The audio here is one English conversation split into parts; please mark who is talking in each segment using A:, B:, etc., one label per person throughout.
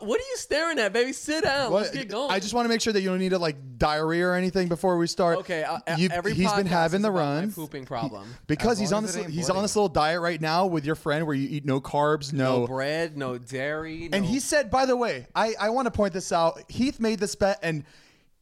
A: What are you staring at, baby? Sit down.
B: Well,
A: Let's get going.
B: I just want to make sure that you don't need to like diarrhea or anything before we start.
A: okay. Uh,
B: You-
A: every
B: he's been
A: podcast
B: having
A: is
B: the
A: about my
B: runs
A: pooping problem.
B: because
C: As
B: he's
C: long
B: on
C: as
B: this
C: it ain't
B: he's
C: bloody.
B: on this little diet right now with your friend where you eat no carbs,
A: No,
B: no.
A: bread, no dairy.
B: and
A: no-
B: he said, by the way, I I want to point this out. Heath made this bet and.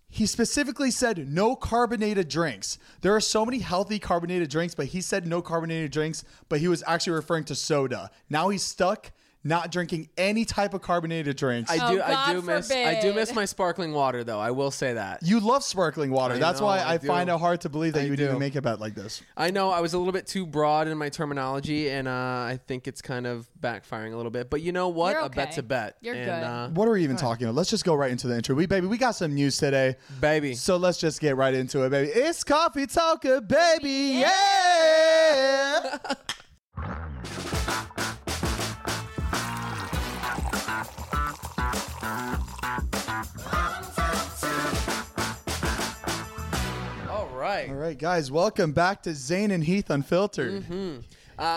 B: He specifically said no carbonated drinks. There are so many healthy carbonated drinks, but he said no carbonated drinks, but he was actually referring to soda. Now he's stuck not drinking any type of carbonated drinks.
A: I do.
D: Oh,
A: I do
D: God
A: miss. I do
D: forbid.
A: miss my sparkling water, though. I will say that.
B: You love sparkling water.
A: I
B: That's
A: know,
B: why
A: I
B: I,
A: do.
B: find it hard to believe that
A: I
B: you would even
A: do.
B: make a bet like this.
A: I know I was a little bit too broad in my terminology, and uh, I think it's kind of backfiring a little bit. But you know what?
D: You're
A: A bet's
D: okay.
A: a bet.
D: You're
A: and,
D: good.
A: Uh,
B: What are we even talking about? Let's just go right into the intro. We baby, we got some news today.
A: baby.
B: So let's just get right into it, baby. It's coffee talker, baby. Yeah.
A: uh, All right.
B: All right, guys, welcome back to Zane and Heath Unfiltered.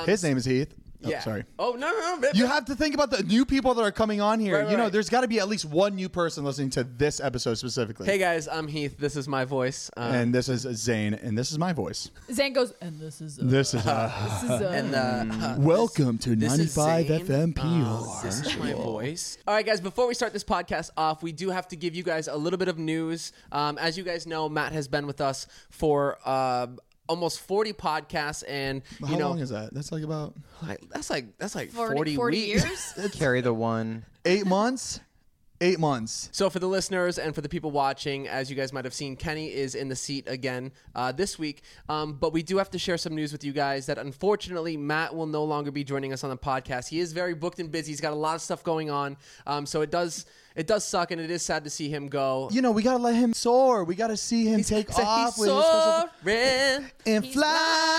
B: His name is Heath. Oh,
A: Mm-hmm. Um, Yeah.
B: sorry.
A: Oh no no no.
B: You have to think about the new people that are coming on here.
A: Right, right,
B: you know,
A: right.
B: there's got to be at least one new person listening to this episode specifically.
A: hey guys, I'm Heath. This is my voice. Uh,
B: and this is Zane, and this is my voice.
D: Zane goes, and this is a,
B: This is uh,
D: this is a,
A: and uh,
B: welcome to
A: This is
B: 95
A: Zane.
B: FM
A: Uh, this is my voice. All right, guys. Before we start this podcast off, we do have to give you guys a little bit of news. Um, as you guys know, Matt has been with us for uh, almost 40 podcasts, and you
B: How
A: know
B: long is that? That's like about
A: like, that's like that's like 40,
D: 40, 40
A: weeks.
D: years.
C: Carry the one.
B: eight months. Eight months.
A: So, for the listeners and for the people watching, as you guys might have seen, Kenny is in the seat again uh, this week. Um, but we do have to share some news with you guys that unfortunately, Matt will no longer be joining us on the podcast. He is very booked and busy. He's got a lot of stuff going on. Um, so it does it does suck, and it is sad to see him go.
B: You know, we gotta let him soar. We gotta see him take
A: So
B: off
A: he's
B: with his special
A: soaring.
B: and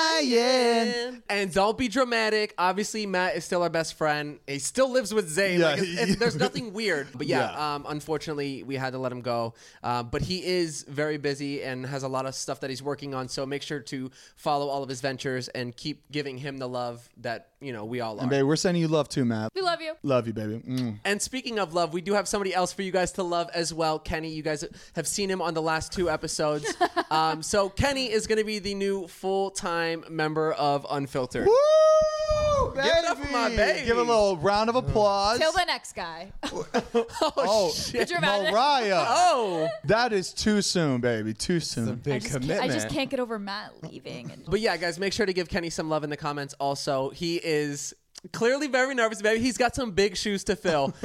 B: flying.
A: And don't be dramatic. Obviously, Matt is still our best friend. He still lives with Zane.
B: Yeah,
A: Like, it's- it's-
B: he-
A: there's nothing weird. But yeah,
B: Yeah.
A: Um, unfortunately, we had to let him go. Um, but he is very busy and has a lot of stuff that he's working on. So make sure to follow all of his ventures and keep giving him the love that you know we all are.
B: And babe, we're sending you love too, Matt.
D: we love you.
B: Love you, baby. Mm.
A: And speaking of love, we do have somebody else for you guys to love as well. Kenny, you guys have seen him on the last two episodes. um, so Kenny is going to be the new full time member of Unfiltered.
B: Woo,
A: Give it up for my baby.
B: Give a little round of applause.
D: Till the next guy.
B: oh,
D: Could you imagine?
B: Mariah.
A: Oh.
B: That is too soon, baby. Too soon.
C: Big
D: I just, can't, I just can't get over Matt leaving. And
A: But yeah, guys, make sure to give Kenny some love in the comments. Also, he is clearly very nervous, baby. He's got some big shoes to fill.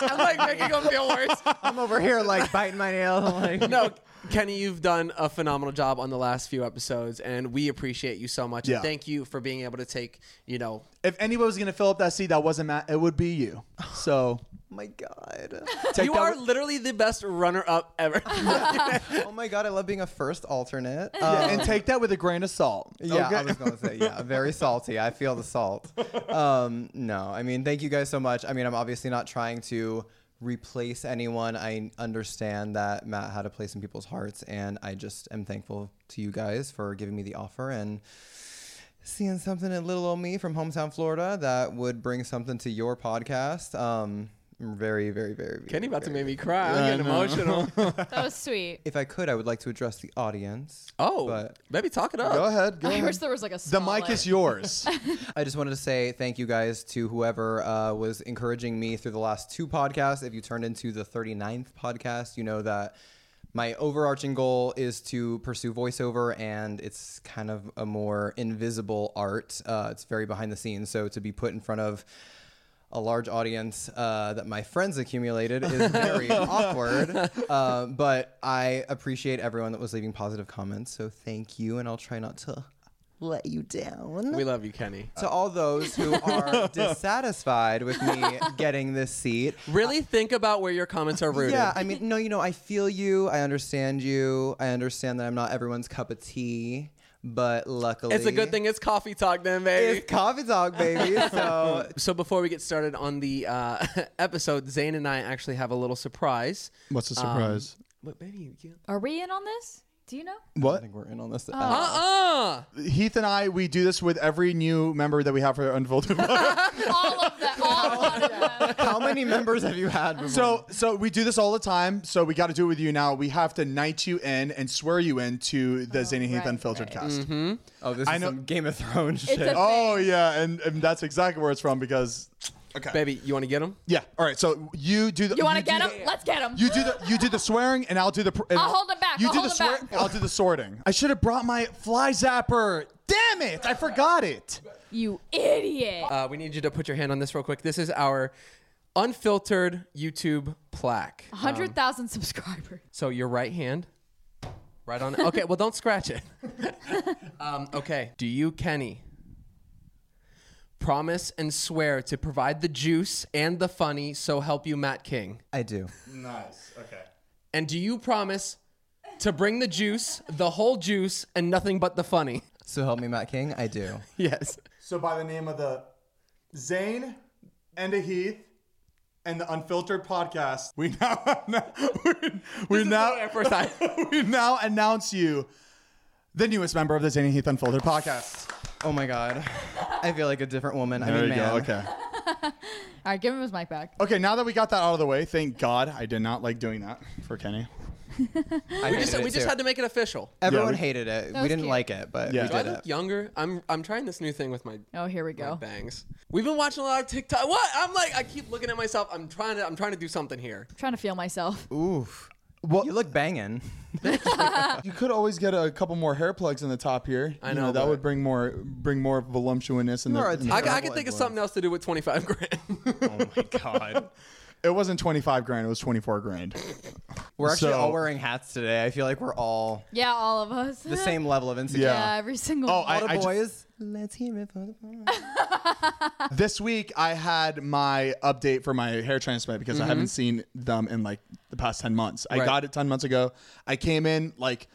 A: I'm like making him feel worse.
C: I'm over here like biting my nail. Like, oh
A: No, Kenny, you've done a phenomenal job on the last few episodes, and we appreciate you so much.
B: Yeah.
A: And thank you for being able to take, you know,
B: If anybody was gonna fill up that seat that wasn't Matt, it would be you. So
C: my god.
B: take
A: you
B: that
A: are
B: with-
A: literally the best runner-up ever.
C: oh my god, I love being a first alternate.
B: Yeah,
C: Um,
B: and take that with a grain of salt.
C: Yeah,
B: okay?
C: I was gonna say yeah. Very salty. I feel the salt. Um, no, I mean, thank you guys so much. I mean, I'm obviously not trying to replace anyone. I understand that Matt had a place in people's hearts, and I just am thankful to you guys for giving me the offer and seeing something in little old me from hometown Florida that would bring something to your podcast. Um, very, very, very.
A: Kenny
C: very,
A: about to
C: very-
A: make me cry. I'm getting emotional.
D: That was sweet.
C: If I could, I would like to address the audience.
A: oh,
C: But-
A: maybe talk it up.
B: Go ahead. Go
D: I
B: ahead.
D: wish there was like a
B: The
D: small,
B: mic
D: like-
B: is yours.
C: I just wanted to say thank you guys to whoever uh, was encouraging me through the last two podcasts. If you turned into the 39th podcast, you know that my overarching goal is to pursue voiceover, and it's kind of a more invisible art. Uh, it's very behind the scenes. So to be put in front of a large audience uh, that my friends accumulated is very awkward. Uh, but I appreciate everyone that was leaving positive comments. So thank you, and I'll try not to let you down
A: We love you, Kenny.
C: to all those who are dissatisfied with me getting this seat.
A: Really think about where your comments are rooted.
C: Yeah, I mean, no, you know, I feel you. I understand you. I understand that I'm not everyone's cup of tea, but luckily.
A: it's a good thing it's coffee talk then, baby.
C: It's coffee dog, baby. So
A: so before we get started on the uh, episode, Zane and I actually have a little surprise.
B: What's the surprise?
A: What, baby? You can't...
D: Are we in on this? Do you know?
C: I
B: what?
C: think we're in on this.
A: Uh,
B: Heath and I, we do this with every new member that we have for Unfolded.
D: All of them. All of them.
C: how many members have you had? Before?
B: so, so we do this all the time. So we got to do it with you now. We have to knight you in and swear you in to the Zany Heath
D: Oh, right,
B: Unfiltered
D: right. Mm-hmm.
B: cast.
C: oh, this
B: I
C: is
B: know-
C: some Game of Thrones
D: It's
C: shit.
D: a
B: Oh yeah, and, and that's exactly where it's from because. Okay.
A: baby, you want to get him?
B: Yeah. All right. So you do the.
D: You want to
B: do
D: get
B: the-
D: him? Let's get him.
B: You do the you do the swearing and I'll do the. Pr- and
D: I'll hold it back,
B: You
D: I'll
B: do
D: hold
B: the
D: it
B: swearing.
D: back.
B: I'll do the sorting. I should have brought my fly zapper. Damn it! I forgot it.
D: You idiot.
A: Uh, we need you to put your hand on this real quick. This is our unfiltered YouTube plaque.
D: 100,000 subscribers.
A: So your right hand, right on. Okay, well don't scratch it. um, okay. Do you, Kenny, promise and swear to provide the juice and the funny? So help you, Matt King.
C: I do.
B: Nice. Okay.
A: And do you promise to bring the juice, the whole juice, and nothing but the funny?
C: So help me, Matt King. I do.
A: Yes.
B: So by the name of the Zane and a Heath. And the unfiltered podcast. We now, we, we now,
A: Our first time.
B: we now announce you the newest member of the Zane and Heath Unfiltered podcast.
C: Oh my God, I feel like a different woman. I
B: There
C: mean,
B: you
C: man.
B: go. Okay.
D: All right, give him his mic back.
B: Okay, now that we got that out of the way, thank God I did not like doing that for Kenny.
C: I
A: We just, we just had to make it official.
C: Everyone
B: we-
C: hated it.
D: was
C: We didn't
D: cute.
C: like it, but
B: Yeah.
C: we
B: Do
A: Do I
C: did
A: look
C: it.
A: younger? I'm I'm trying this new thing with my
D: Oh, here we
A: my
D: go.
A: bangs. We've been watching a lot of TikTok. What? I'm like I keep looking at myself. I'm trying to I'm trying to do something here.
D: trying to feel myself.
C: Oof.
B: Well,
C: You look banging.
B: you could always get a couple more hair plugs in the top here. I
A: know,
B: that
A: but-
B: would bring more bring more voluptuousness. In
C: You
B: the,
C: are a
B: in the-
A: I,
C: Yeah,
A: I
C: I'm
A: can think of
C: like
A: something else to do with 25 grand.
C: Oh my god.
B: it wasn't twenty five grand; it was twenty four grand.
C: We're actually
B: So-
C: all wearing hats today. I feel like we're all
D: Yeah, all of us.
C: the same level of insecurity.
D: Yeah, every single
B: Oh,
D: one.
B: I, I
C: The
B: ju-
C: boys, let's hear it for the boys.
B: this week I had my update for my hair transplant because I haven't seen them in like the past ten months. I
A: Mm-hmm. Right.
B: got it ten months ago. I came in like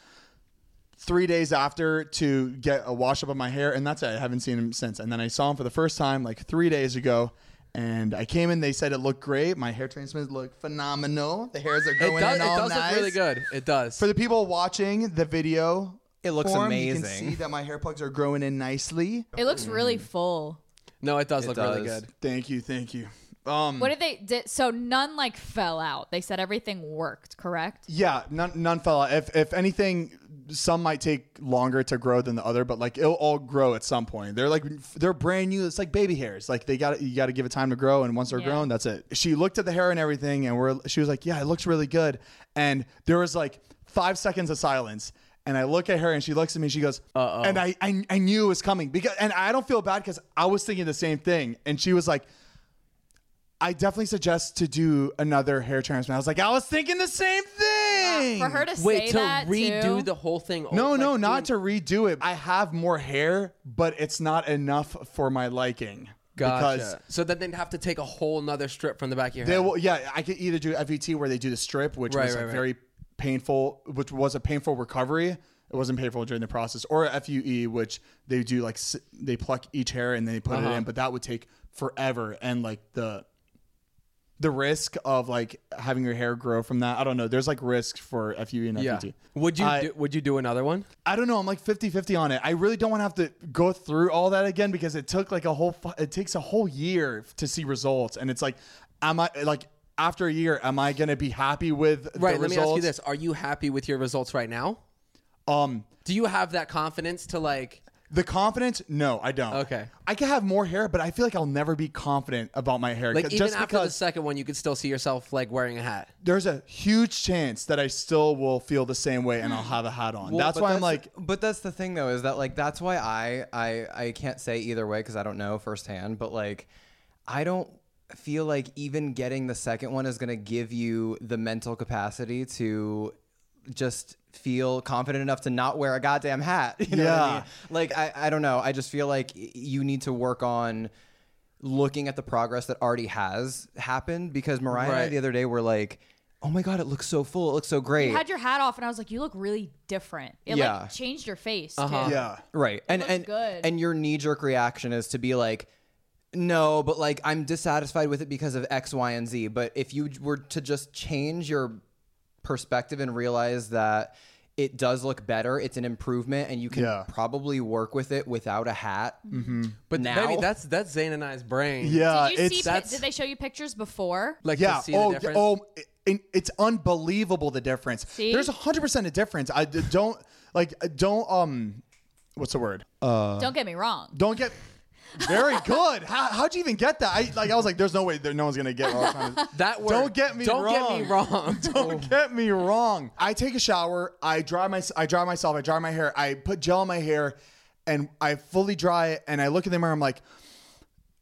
B: three days after to get a wash up of my hair, and that's it. I haven't seen him since. And then I saw him for the first time like three days ago. And I came in. They said it looked great. My hair transplant looked phenomenal. The hairs are
A: it
B: going
A: does, it
B: in all
A: does
B: nice.
A: look really good. It does.
B: For the people watching the video,
C: It looks
B: form, You can
C: amazing.
B: see that my hair plugs are growing in nicely.
D: it looks really full.
A: no, it does look really
C: does.
A: good.
B: Thank you, thank you. Um,
D: What did they did? So none like fell out. They said everything worked, correct?
B: Yeah, none, none fell out. If, if anything, some might take longer to grow than the other, but like it'll all grow at some point. They're like they're brand new. It's like baby hairs. Like they got you got to give it time to grow, and once they're
D: Yeah.
B: grown, that's it. She looked at the hair and everything, and we're she was like, yeah, it looks really good. And there was like five seconds of silence. And I look at her and she looks at me. She goes, Uh-oh. and I, I I knew it was coming because and I don't feel bad because I was thinking the same thing. And she was like, I definitely suggest to do another hair transplant. I was like, I was thinking the same thing.
D: For her to
A: Wait,
D: say
A: to
D: that
A: redo
D: too,
A: the whole thing. over,
B: no,
A: like,
B: no,
A: doing-
B: not to redo it. I have more hair, but it's not enough for my liking.
A: Gotcha.
B: Because
A: so then they'd have to take a whole nother strip from the back of your
B: they
A: head.
B: will, yeah, I could either do FET where they do the strip, which
A: Right,
B: was
A: right,
B: like
A: right.
B: very painful, which was a painful recovery. It wasn't painful during the process, or a FUE, which they do like s- they pluck each hair and then they put it
A: Uh-huh.
B: in, but that would take forever and like the the risk of like having your hair grow from that. I don't know. There's like risk for FUE and
A: yeah.
B: FET.
A: Would you
B: I-
A: do, would you do another one?
B: I don't know. I'm like 50 50 on it. I really don't want to have to go through all that again because it took like a whole, fu- it takes a whole year to see results. And it's like, am I like after a year? Am I gonna be happy with
A: Right.
B: The
A: let me ask you
B: results?
A: this: Are you happy with your results right now?
B: Um,
A: Do you have that confidence to like?
B: the confidence? No, I don't.
A: Okay.
B: I could have more hair, but I feel like I'll never be confident about my hair.
A: Like even
B: just
A: after the
B: because
A: second one, you could still see yourself like wearing a hat.
B: there's a huge chance that I still will feel the same way
A: Hmm.
B: and I'll have a hat on. that's
C: But
B: why I'm like,
C: but that's the thing though, is that like that's why I I I can't say either way because I don't know firsthand. But like, I don't feel like even getting the second one is gonna give you the mental capacity to just feel confident enough to not wear a goddamn hat. You know what I
B: Yeah.
C: mean? Like I I don't know. I just feel like y- you need to work on looking at the progress that already has happened because Mariah and I
A: Right.
C: the other day were like. Oh my god! It looks so full. It looks so great.
D: You had your hat off, and I was like, "You look really different. It
C: Yeah.
D: like changed your face.
A: Uh-huh.
D: dude.
B: yeah.
C: Right. And
D: looks
C: and
D: good.
C: and your knee jerk reaction is to be like no, but like I'm dissatisfied with it because of X, Y, and Z. But if you were to just change your perspective and realize that it does look better, it's an improvement, and you can
B: Yeah.
C: probably work with it without a hat. Mm-hmm.
A: But
C: Now?
A: maybe that's that's Zayn and I's brain.
B: Yeah,
D: Did you
B: it's
D: see? pi-
A: that's-
D: Did they show you pictures before?
A: Like
B: yeah.
A: to see
B: oh,
A: the difference.
B: oh, it, it's unbelievable the difference.
D: See?
B: There's hundred percent a difference. I d- don't like uh, don't um, what's the word? Uh,
D: Don't get me wrong.
B: Don't get very good. How, how'd you even get that? I like I was like, there's no way there no one's gonna get what I was trying to-
A: that word.
B: Don't get me
A: don't
B: wrong.
A: get me wrong.
B: Don't get me wrong. I take a shower. I dry my I dry myself. I dry my hair. I put gel in my hair, and I fully dry it. And I look in the mirror. I'm like,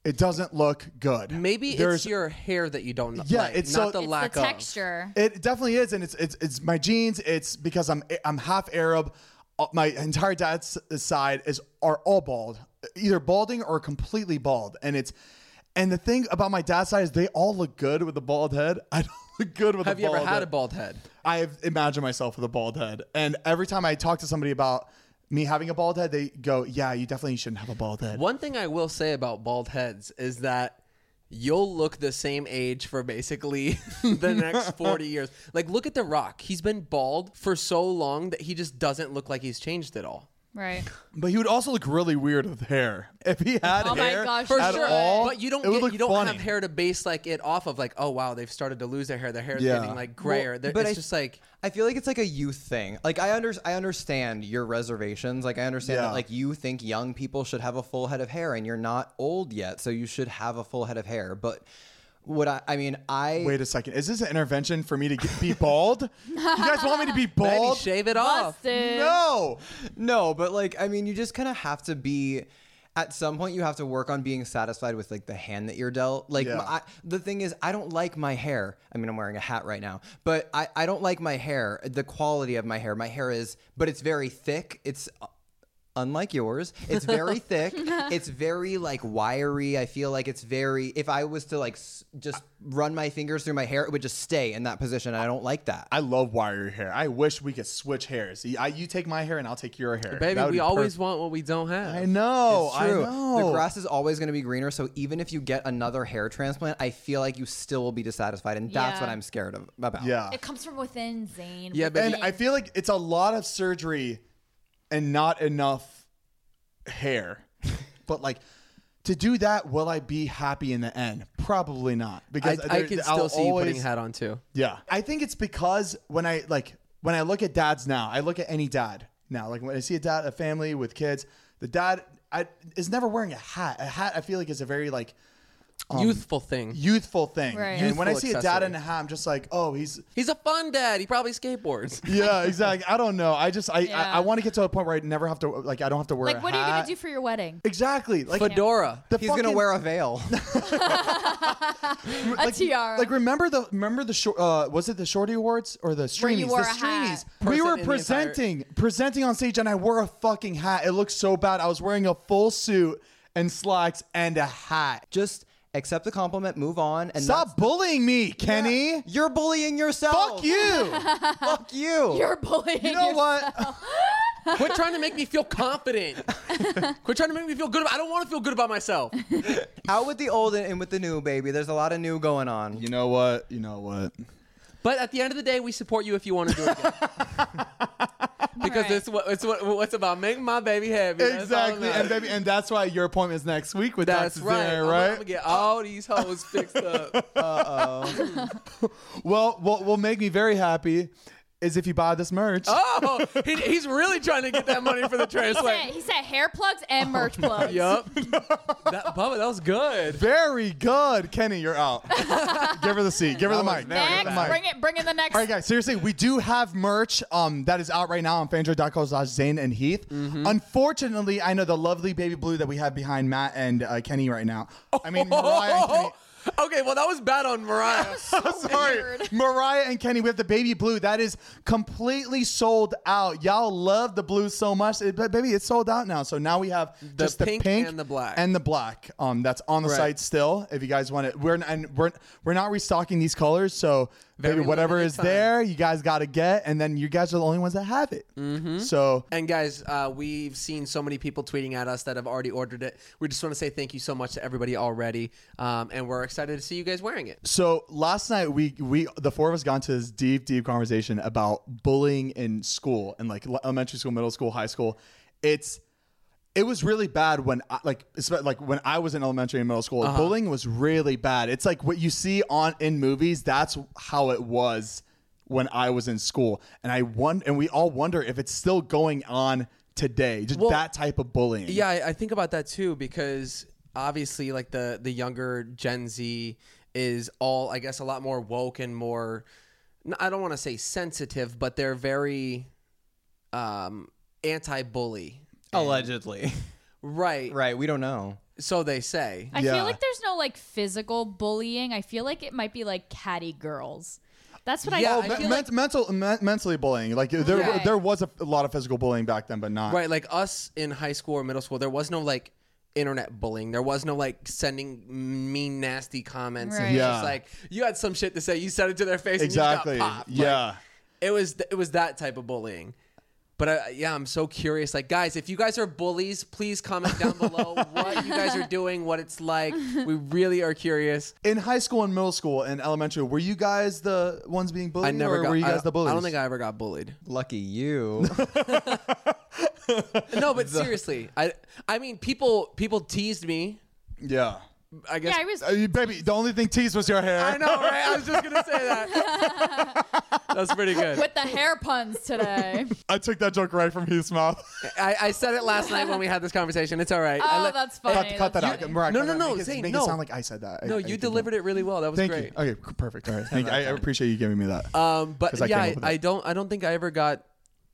B: it doesn't look good.
A: Maybe
B: There's-
A: it's your hair that you don't.
B: Yeah,
A: like,
B: it's
A: not
B: so-
A: the
D: It's
A: lack
D: the
A: of
D: texture.
B: It definitely is, and it's it's it's my genes. It's because I'm I'm half Arab. Uh, My entire dad's side is are all bald, either balding or completely bald, and it's. And the thing about my dad's side is they all look good with a bald head. I don't look good with
A: Have
B: a
A: you
B: bald
A: ever had
B: head.
A: a bald head?
B: I've imagined myself with a bald head, and every time I talk to somebody about me having a bald head, they go, "Yeah, you definitely shouldn't have a bald head."
A: One thing I will say about bald heads is that you'll look the same age for basically the next 40 years. Like, look at The Rock. He's been bald for so long that he just doesn't look like he's changed at all.
D: Right.
B: But he would also look really weird with hair if he had
D: Oh my
B: hair
D: gosh,
A: For
B: at
A: sure,
B: all.
A: but you don't
B: it would
A: get,
B: look
A: you don't
B: funny.
A: have hair to base like it off of. Like, oh wow, they've started to lose their hair. Their hair's
B: Yeah.
A: getting like grayer.
C: Well,
A: There-
C: but
A: it's
C: I-
A: just like
C: I feel like it's like a youth thing. Like I under I understand your reservations. Like I understand
B: Yeah.
C: that like you think young people should have a full head of hair and you're not old yet, so you should have a full head of hair. But what I I mean, I
B: Wait a second. Is this an intervention for me to get, be bald? you guys want me to be
A: maybe
B: bald?
A: shave it off.
D: Busted.
B: No.
C: No, but like I mean, you just kind of have to be. At some point, you have to work on being satisfied with like the hand that you're dealt. Like
B: Yeah.
C: I, the thing is, I don't like my hair. I mean, I'm wearing a hat right now, but I I don't like my hair. The quality of my hair. My hair is, but it's very thick. It's uh, unlike yours. It's very thick. It's very like wiry. I feel like it's very. If I was to like s- just run my fingers through my hair, it would just stay in that position. and I don't like that.
B: I love wiry hair. I wish we could switch hairs. You, I, you take my hair and I'll take your hair.
A: Baby,
B: That would
A: we
B: be
A: always
B: perfect.
A: want what we don't have.
B: I know.
C: It's true.
B: Oh, I know.
C: The grass is always going to be greener. So even if you get another hair transplant, I feel like you still will be dissatisfied, and that's
D: Yeah.
C: what I'm scared of about.
B: Yeah.
D: It comes from within, Zane.
A: Yeah, but-
B: And I feel like it's a lot of surgery and not enough hair. but like to do that, will I be happy in the end? Probably not.
A: I,
B: Because
A: I
B: there-
A: can
B: I'll
A: still see you putting
B: always-
A: hat on too.
B: Yeah. I think it's because when I like when I look at dads now, I look at any dad now. Like when I see a dad, a family with kids, the dad I, is never wearing a hat. A hat I feel like is a very like Um,
A: Youthful thing.
B: youthful thing.
D: Right.
B: And when I
A: Youthful
B: see a dad
A: accessory.
B: in a hat, I'm just like, oh, he's
A: He's a fun dad. He probably skateboards.
B: yeah, exactly. I don't know. I just I
D: Yeah.
B: I, I want to get to a point where I never have to like I don't have to wear a
D: Like, what are you
B: hat.
D: gonna do for your wedding?
B: Exactly. Like
A: Fedora.
B: the
C: He's gonna
B: fucking-
C: wear a veil.
D: A tiara.
B: Like remember the remember the short uh, was it the Shorty Awards or the Streamies?
D: wore
B: the
D: a hat.
B: Streamies. We
A: Person
B: were
A: in the entire-
B: presenting presenting on stage and I wore a fucking hat. It looked so bad. I was wearing a full suit and slacks and a hat.
C: Just accept the compliment, move on, and
B: Stop bullying me,
C: that's-
B: Kenny.
C: You're bullying yourself.
B: Fuck you.
C: Fuck you.
D: You're bullying.
B: you know what?
A: Quit trying to make me feel confident. Quit trying to make me feel good. About, I don't want to feel good about myself.
C: Out with the old and in with the new, baby. There's a lot of new going on.
B: You know what? You know what?
A: But at the end of the day, we support you if you want to do it. Again. because
D: right.
A: it's what it's what what's about making my baby happy. That's all
B: Exactly,
A: that matters.
B: and baby, and that's why your appointment is next week with
A: That's
B: Dr.
A: right.
B: Zare,
A: I'm,
B: right?
A: gonna get all these hoes fixed up.
B: well, what will make me very happy is if you buy this merch.
A: Oh, he, he's really trying to get that money for the
D: said,
A: translate.
D: he said hair plugs
B: Oh,
D: and merch plugs.
A: Yup. That Bubba, that was good.
B: Very good, Kenny. You're out. Give her the seat. Give her the
C: was
B: mic.
C: very
B: Give her the
D: Next,
B: mic.
D: bring it, bring in the next.
B: All right, guys. Seriously, we do have merch um, that is out right now on fanjoy.co slash Zane and Heath.
D: Mm-hmm.
B: Unfortunately, I know the lovely baby blue that we have behind Matt and uh, Kenny right now. I mean, Mariah and Kenny.
A: okay, well that was bad on Mariah.
B: Sorry,
D: Weird.
B: Mariah and Kenny with the baby blue that is completely sold out. Y'all love the blue so much, it, but baby, it's sold out now. So now we have just
A: pink
B: the pink
A: and the black.
B: and the black. Um, that's on the
C: Right.
B: site still. If you guys want it, we're and we're we're not restocking these colors, so
A: Very
B: baby, whatever
A: limited
B: is
A: time.
B: there, you guys got to get, and then you guys are the only ones that have it.
A: Mm-hmm.
B: So
A: And guys, uh, we've seen so many people tweeting at us that have already ordered it. We just want to say thank you so much to everybody already, um, and we're excited to see you guys wearing it.
B: So last night we we the four of us got into this deep deep conversation about bullying in school and like le- elementary school, middle school, high school. It's it was really bad when I, like it's about, like when I was in elementary and middle school.
A: Uh-huh.
B: Bullying was really bad. It's like what you see on in movies. That's how it was when I was in school, and I won and we all wonder if it's still going on today. Just that type of bullying.
A: Yeah, I, I think about that too because obviously, like the the younger Gen Z is all, I guess, a lot more woke and more. n- I don't want to say sensitive, but they're very um, anti-bully,
C: Allegedly.
A: right?
C: right. We don't know.
A: So they say.
D: I
B: Yeah.
D: feel like there's no like physical bullying. I feel like it might be like catty girls. That's what
A: Yeah,
D: I.
A: I
D: feel
A: feel
D: like.
B: Oh, Men- mental, men- mentally bullying. Like there,
D: Right.
B: there was a, a lot of physical bullying back then, but not
A: Right, like us in high school or middle school, there was no like internet bullying. There was no like sending mean, nasty comments. It
D: Right.
A: was
B: Yeah.
A: just like you had some shit to say, you said it to their face,
B: Exactly.
A: And you just got popped. Like,
B: Yeah.
A: it was it was that type of bullying. But I, yeah, I'm so curious. Like, guys, if you guys are bullies, please comment down below what you guys are doing, what it's like. We really are curious.
B: In high school and middle school and elementary, were you guys the ones being bullied?
A: I never
B: or
A: got.
B: were you
A: I-
B: guys the bullies?
A: I don't think I ever got bullied.
C: Lucky you.
A: No, but seriously, I I mean, people people teased me.
B: Yeah.
A: I guess
D: yeah, I was.
B: Uh, you- baby, the only thing teased was your hair.
A: I know, right? I was just gonna say that. That's pretty good.
D: with the hair puns today.
B: I took that joke right from Heath's mouth.
A: I, I said it last night when we had this conversation. It's all right. I
D: Oh,
A: let-
D: that's funny.
B: cut, cut that
D: that's
B: out.
D: funny.
B: Mariah,
A: No,
B: cut
A: no,
B: that.
A: no,
B: Make it,
A: Zane,
B: make
A: no.
B: it sound like I said that. I-
A: no,
B: I
A: you
B: think
A: delivered it really well. That was
B: Thank
A: great.
B: you. Okay, perfect. All right. Thank you. I I appreciate you giving me that.
A: Um, but
B: 'Cause I
A: yeah,
B: came
A: I,
B: up with
A: I
B: it.
A: don't. I don't think I ever got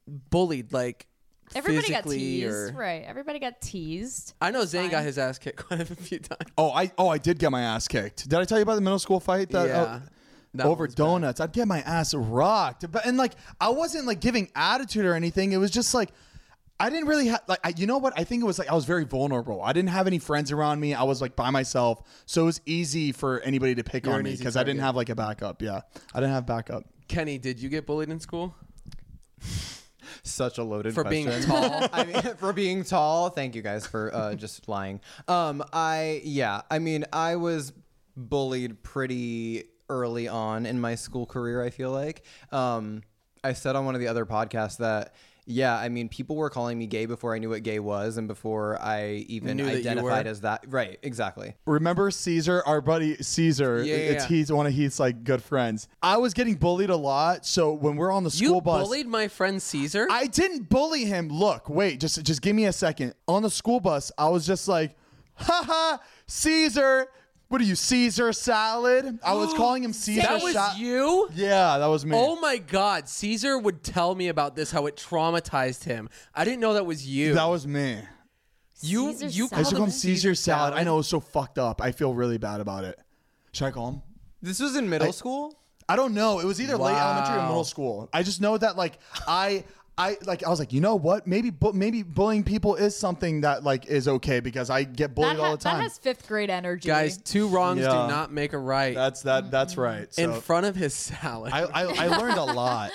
A: bullied. Like
D: Everybody got
A: physically
D: teased,
A: or-
D: right? Everybody got teased.
A: I know Zane got
D: fine.
A: his ass kicked quite a few times.
B: oh, I oh I did get my ass kicked. Did I tell you about the middle school fight? That,
A: Yeah.
B: oh,
A: That
B: over
A: one's bad.
B: donuts. I'd get my ass rocked. But and like I wasn't like giving attitude or anything. It was just like I didn't really have like I, you know what I think it was like I was very vulnerable. I didn't have any friends around me. I was like by myself, so it was easy for anybody to pick
A: You're
B: on
A: an
B: me
A: easy
B: because I didn't
A: target.
B: have like a backup. Yeah, I didn't have backup.
A: Kenny, did you get bullied in school?
C: Such a loaded
A: For being
C: question.
A: tall.
C: I mean, for being tall. Thank you guys for uh, just lying. Um, I yeah. I mean, I was bullied pretty early on in my school career. I feel like. Um, I said on one of the other podcasts that. Yeah, I mean, people were calling me gay before I knew what gay was, and before I even
A: Knew that you
C: identified
A: were.
C: as that. Right, exactly.
B: Remember Caesar, our buddy Caesar?
A: Yeah, yeah,
B: it's
A: yeah.
B: he's one of Heath's like good friends. I was getting bullied a lot, so when we're on the school
A: you
B: bus,
A: bullied my friend Caesar.
B: I didn't bully him. Look, wait, just just give me a second. On the school bus, I was just like, haha, Caesar. What are you, Caesar salad? I was calling him Caesar
A: that was
B: sa-
A: you.
B: Yeah, that was me.
A: Oh my God! Caesar would tell me about this, how it traumatized him. I didn't know that was you.
B: that was me.
A: you.
D: Caesar
A: you
D: salad?
B: I used
A: called
B: to call
A: him
B: him Caesar salad. I know it was so fucked up. I feel really bad about it. Should I call him?
C: This was in middle school.
B: I don't know. It was either late elementary or
A: Wow.
B: middle school. I just know that like I I like I was like, you know what? Maybe bu- maybe bullying people is something that like is okay because I get bullied
D: That, ha-
B: all the time.
D: that has fifth grade energy,
A: Guys, two wrongs
B: Yeah.
A: do not make a right.
B: That's that. That's right. So
A: in front of his salad.
B: I, I, I learned a lot,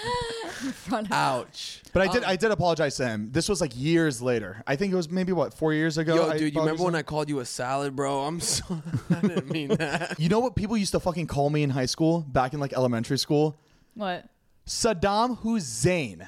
D: Front of-
A: Ouch.
B: but I did I did apologize to him. This was like years later. I think it was maybe what four years ago.
A: Yo,
B: I
A: dude, you remember
B: apologized
A: when
B: to
A: I
B: him.
A: called you a salad, bro? I'm so. I didn't mean that.
B: You know what people used to fucking call me in high school, back in like elementary school?
D: What?
B: Saddam Hussein.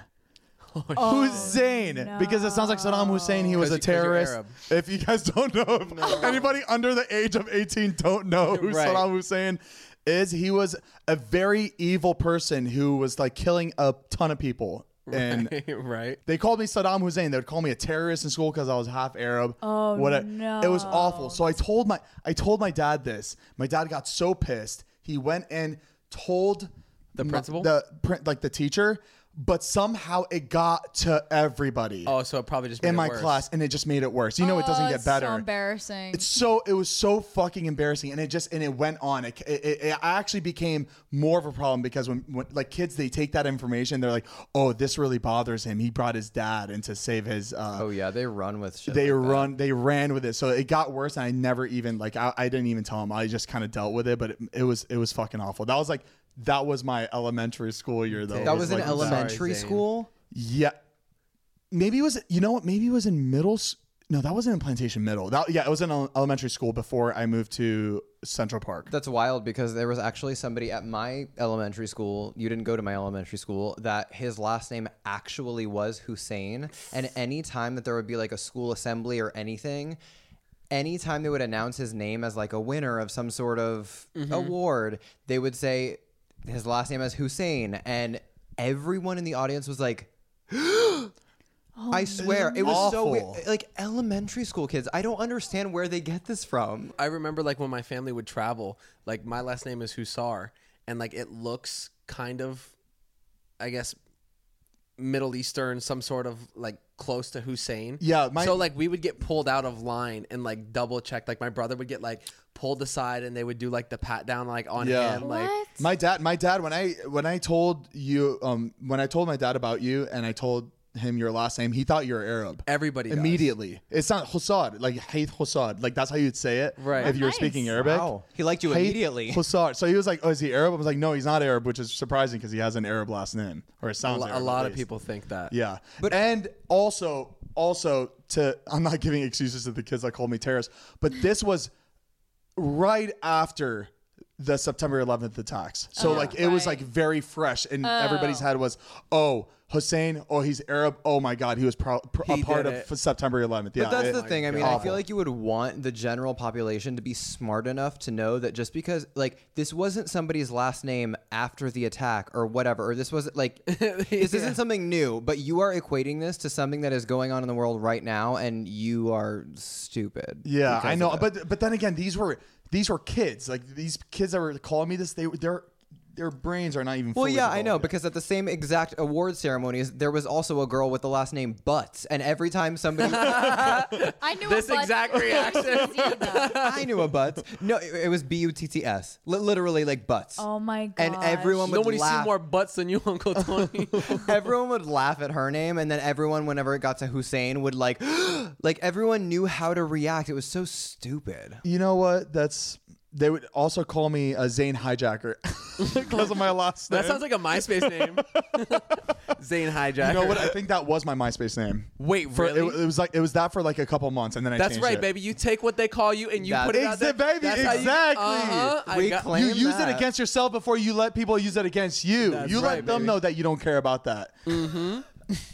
A: Oh,
B: Who's Hussein, because it sounds like Saddam Hussein. He was a
A: 'Cause you- 'cause you're
B: terrorist.
A: Arab.
B: If you guys don't know, if anybody under the age of 18 don't know who
A: Right.
B: Saddam Hussein is, he was a very evil person who was like killing a ton of people. And
A: right.
B: they called me Saddam Hussein. They would call me a terrorist in school because I was half Arab.
D: Oh,
B: I-
D: no.
B: It was awful. So I told my I told my dad this. My dad got so pissed. He went and told
A: The
B: my-
A: principal?
B: the print like the teacher, but somehow it got to everybody
A: Oh, so it probably just made
B: in
A: it
B: my
A: worse.
B: class, and it just made it worse. You know, it doesn't get better.
D: Oh, So embarrassing.
B: It's so it was so fucking embarrassing, and it just and it went on. It, it, it- it actually became more of a problem because when, when like kids they take that information, they're like, oh, this really bothers him. He brought his dad in to save his. Uh,
C: Oh yeah, they run with shit.
B: They
C: like that.
B: run. They ran with it, so it got worse. And I never even like I, I didn't even tell him. I just kind of dealt with it, but it, it was it was fucking awful. That was like that was my elementary school year though.
C: That
B: It
C: was in
B: like,
C: elementary
A: Zane.
C: school.
B: yeah. Maybe it was, you know what? Maybe it was in middle. s- No, that wasn't in Plantation Middle. That Yeah, it was in ele- elementary school before I moved to Central Park.
C: That's wild because there was actually somebody at my elementary school. You didn't go to my elementary school. That his last name actually was Hussein. And any time that there would be like a school assembly or anything, anytime they would announce his name as like a winner of some sort of award, they would say his last name as Hussein, and everyone in the audience was like. I swear, it was so
B: Awful.
C: weird. Like elementary school kids, I don't understand where they get this from.
A: I remember like when my family would travel, like my last name is Hussar, and like it looks kind of, I guess, Middle Eastern, some sort of like close to Hussein.
B: Yeah, my-
A: so like we would get pulled out of line and like double checked. Like my brother would get like pulled aside, and they would do like the pat down like on
B: Yeah.
A: him. Like
D: what?
B: My dad, my dad, when I when I told you, um, when I told my dad about you, and I told him your last name, he thought you were Arab.
A: everybody does.
B: Immediately, it's not Hussad, like Hayth Hussad, like that's how you'd say it,
A: Right.
B: If you were
D: Nice.
B: speaking Arabic,
C: Wow. He liked you
B: Hayth
C: immediately.
B: Hussad. So he was like, "Oh, is he Arab?" I was like, "No, he's not Arab," which is surprising because he has an Arab last name, or it
A: A
B: sounds
A: lo-
B: Arab,
A: a
B: at
A: lot of
B: least.
A: people think that.
B: Yeah. But and also also to I'm not giving excuses to the kids that called me terrorists, but this was right after the September 11th attacks.
C: Oh,
B: So like it was
D: right.
B: like very fresh and everybody's head was, "Oh, Hussein, oh he's Arab. Oh my god, he was pro- pr- a
A: He
B: part
A: did
B: of
A: it."
B: September 11th." Yeah.
C: But that's
B: it-
C: the thing. I mean, I
B: Awful.
C: feel like you would want the general population to be smart enough to know that just because, like, this wasn't somebody's last name after the attack or whatever, or this wasn't like, this isn't something new, but you are equating this to something that is going on in the world right now, and you are stupid.
B: Yeah,
C: because
B: I
C: of
B: know,
C: it.
B: but but then again, these were these were kids. Like these kids that were calling me this, they were- their their brains are not even
C: Well,
B: fully
C: yeah, I know
B: developed yet.
C: because at the same exact award ceremonies, there was also a girl with the last name Butts, and every time somebody
D: I knew
A: This
D: a butt-
A: exact reaction.
C: I knew a Butts, no, it, it was B U T T S, Li- literally like Butts.
D: oh my god.
C: And everyone would
A: Nobody's seen
C: laugh.
A: more butts than you, Uncle Tony.
C: everyone would laugh at her name, and then everyone, whenever it got to Hussein, would like, like everyone knew how to react. It was so stupid.
B: You know what? That's they would also call me a Zane hijacker because of my last name.
A: that sounds like a MySpace name. Zane hijacker.
B: you know what? I think that was my MySpace name.
A: Wait,
B: For,
A: really?
B: it, it was like it was that for like a couple months, and then I
A: That's
B: changed
A: right,
B: it.
A: baby. You take what they call you and you
C: That's-
A: put it out there.
B: Exa- baby,
A: That's how you-
B: exactly.
A: Uh-huh, I
C: We
A: got-
C: claim-
B: You use
C: that.
B: it against yourself before you let people use it against you.
A: That's
B: you let
A: right,
B: them
A: baby.
B: know that you don't care about that. Mm-hmm.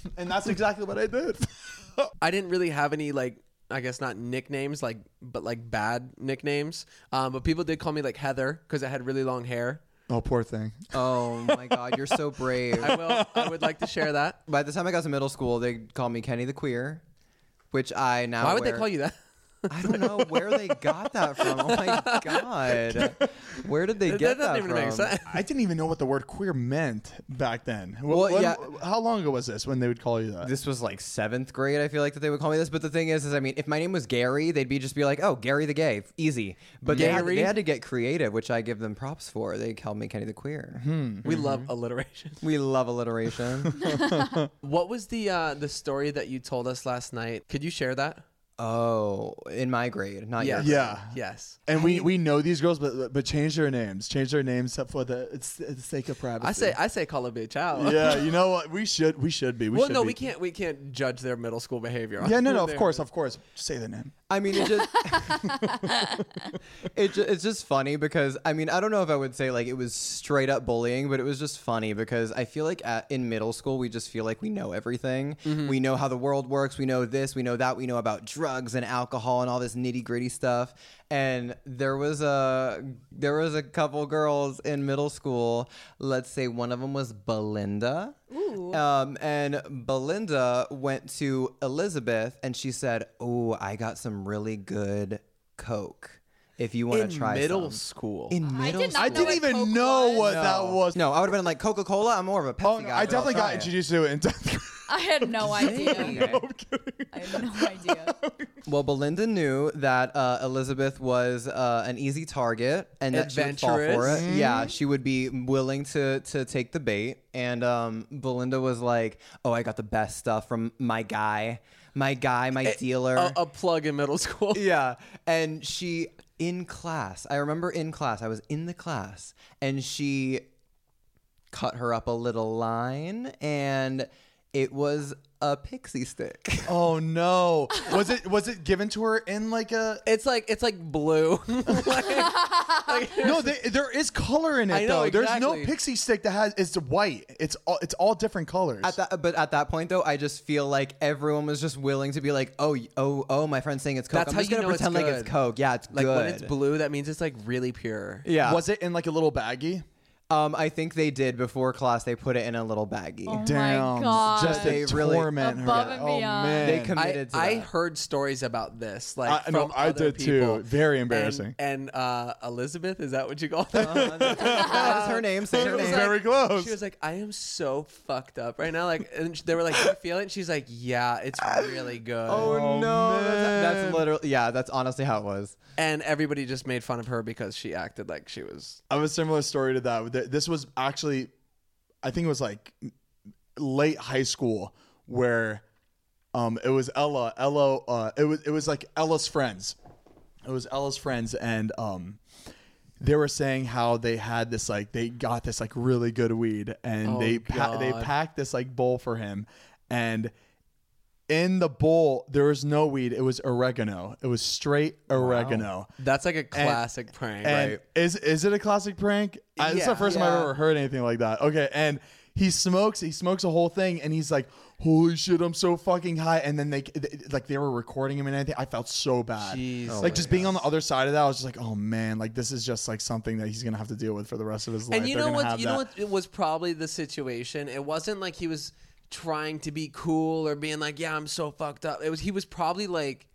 B: and that's exactly what I did.
A: I didn't really have any like I guess not nicknames like but like bad nicknames. Um, but people did call me like Heather because I had really long hair.
B: oh, poor thing.
C: Oh my God, you're so brave.
A: I will. I would like to share that.
C: By the time I got to middle school, they called me Kenny the Queer, which I now.
A: Why would
C: wear-
A: they call you that?
C: I don't know where they got that from. Oh my God, where did they
A: that
C: get
A: doesn't
C: that
A: even
C: from?
A: make sense.
B: I didn't even know what the word queer meant back then. Wh-
C: Well,
B: when-
C: yeah.
B: How long ago was this when they would call you that?
C: This was like seventh grade. I feel like that they would call me this. But the thing is, is I mean, if my name was Gary, they'd be just be like, "Oh, Gary the gay, easy." But they had,
A: Gary?
C: they had to get creative, which I give them props for. They called me Kenny the Queer.
A: We love alliteration.
C: We love alliteration.
A: What was the uh, the story that you told us last night? Could you share that?
C: Oh, in my grade, not
A: Yeah.
C: your.
B: Yeah.
A: Yes.
B: And we, we know these girls, but but change their names. Change their names up for the it's, it's the sake of privacy.
A: I say I say call a bitch out.
B: yeah, you know what? We should we should be. We
A: well,
B: should
A: no,
B: be.
A: we can't. We can't judge their middle school behavior.
B: Yeah, no, no. Of
A: Their-
B: course, of course. Just say the name.
C: I mean, it just it ju- it's just funny because I mean I don't know if I would say like it was straight up bullying, but it was just funny because I feel like at, in middle school we just feel like we know everything. We know how the world works. We know this. We know that. We know about drugs and alcohol and all this nitty gritty stuff. And there was a there was a couple girls in middle school. Let's say one of them was Belinda. Um, and Belinda went to Elizabeth and she said, "Oh, I got some really good coke. If you want
A: in
C: to try
A: middle
C: some."
A: school.
C: in middle
D: did not
B: I
D: know
B: didn't
D: what
B: even
D: Coke
B: know
D: was.
B: what that was.
C: No, I would have been like Coca Cola. I'm more of a Pepsi
B: Oh, no, I
C: guy. but I'll
B: definitely
C: try
B: got
C: it.
B: introduced to it in tenth grade.
D: I had no idea.
C: Okay.
D: I had no idea.
C: Well, Belinda knew that uh, Elizabeth was uh, an easy target and that she would fall for it.
A: Adventurous.
C: Yeah, she would be willing to to take the bait. And um, Belinda was like, "Oh, I got the best stuff from my guy, my guy, my dealer."
A: a, a plug in middle school.
C: yeah. And she in class, I remember in class, I was in the class and she cut her up a little line and it was a pixie stick.
B: Oh no! Was it was it given to her in like a?
A: It's like it's like blue. Like- like-
B: No, they, there is color in it
A: I know,
B: though. There's no
A: exactly.
B: pixie stick that has. It's white. It's all it's all different colors.
C: At that, but at that point, though, I just feel like everyone was just willing to be like, "Oh, y- oh, oh, my friend's saying it's coke.
A: That's
C: I'm
A: how
C: just
A: you
C: gonna
A: know it's
C: pretend like it's
A: good.
C: coke. Yeah, it's
A: like
C: good.
A: when it's blue, that means it's like really pure.
C: yeah.
B: Was it in like a little baggie?
C: um, I think they did before class. They put it in a little baggie.
D: Oh
B: Damn,
D: my god.
B: just to
C: They really-
B: torment
D: Above
B: her.
D: and
B: oh
D: beyond.
B: man,
C: They com-
A: I,
C: committed to
A: I
C: that.
A: heard stories about this. Like
B: I-
A: from
B: no, I
A: other
B: did too.
A: people.
B: Very
A: And-
B: embarrassing.
A: And, uh, Elizabeth, is that what you call her?
C: Uh, that is her name. Say her
A: She was
C: name.
B: was very close.
A: She was like, "I am so fucked up right now." Like, and they were like, "Do you feel it?" And she's like, "Yeah, it's really good."
C: oh, no, that's,
B: man.
C: that's literally yeah. That's honestly how it was.
A: And everybody just made fun of her because she acted like she was.
B: I have a similar story to that. Th- This was actually, I think it was like late high school where um, it was Ella. Ella. Uh, it was it was like Ella's friends. It was Ella's friends, and um, they were saying how they had this like they got this like really good weed, and
A: Oh,
B: they pa- they
A: God.
B: packed this like bowl for him, and in the bowl there was no weed. It was oregano. It was straight oregano.
A: That's like a classic prank.
B: And
A: right?
B: is is it a classic prank? I, This is the
A: Yeah.
B: first time I've
A: Yeah.
B: ever heard anything like that. Okay, and he smokes. He smokes a whole thing, and he's like, "Holy shit, I'm so fucking high!" And then they, they like they were recording him and everything. I felt so bad.
A: Jeez. Oh
B: like just being on the other side of that, I was just like, "Oh man, like this is just like something that he's gonna have to deal with for the rest of his life."
A: And you
B: They're
A: know
B: gonna
A: what?
B: have
A: You know
B: that.
A: what was probably the situation. It wasn't like he was trying to be cool or being like, "Yeah, I'm so fucked up." It was he was probably like,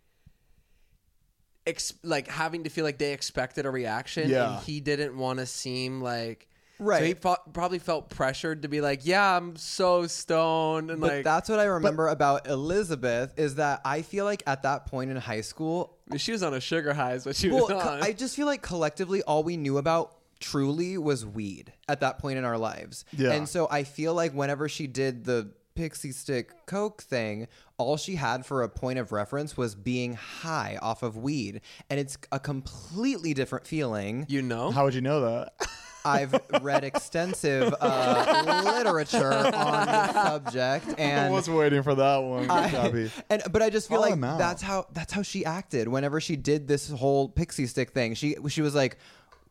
A: ex- like having to feel like they expected a reaction,
B: Yeah.
A: and he didn't want to seem like. So he
C: Right.
A: fo- probably felt pressured to be like, "Yeah, I'm so stoned," and
C: But
A: like
C: that's what I remember about Elizabeth is that I feel like at that point in high school,
A: she was on a sugar high, is what she
C: well,
A: was
C: co-
A: on.
C: I just feel like collectively all we knew about truly was weed at that point in our lives.
B: Yeah.
C: And so I feel like whenever she did the pixie stick coke thing, all she had for a point of reference was being high off of weed, and it's a completely different feeling.
A: you know,
B: How would you know that?
C: I've read extensive uh, literature on the subject,
B: I
C: and
B: was waiting for that one. Gabby.
C: and but I just feel
B: Call
C: like
B: him out.
C: that's how that's how she acted whenever she did this whole pixie stick thing. She she was like,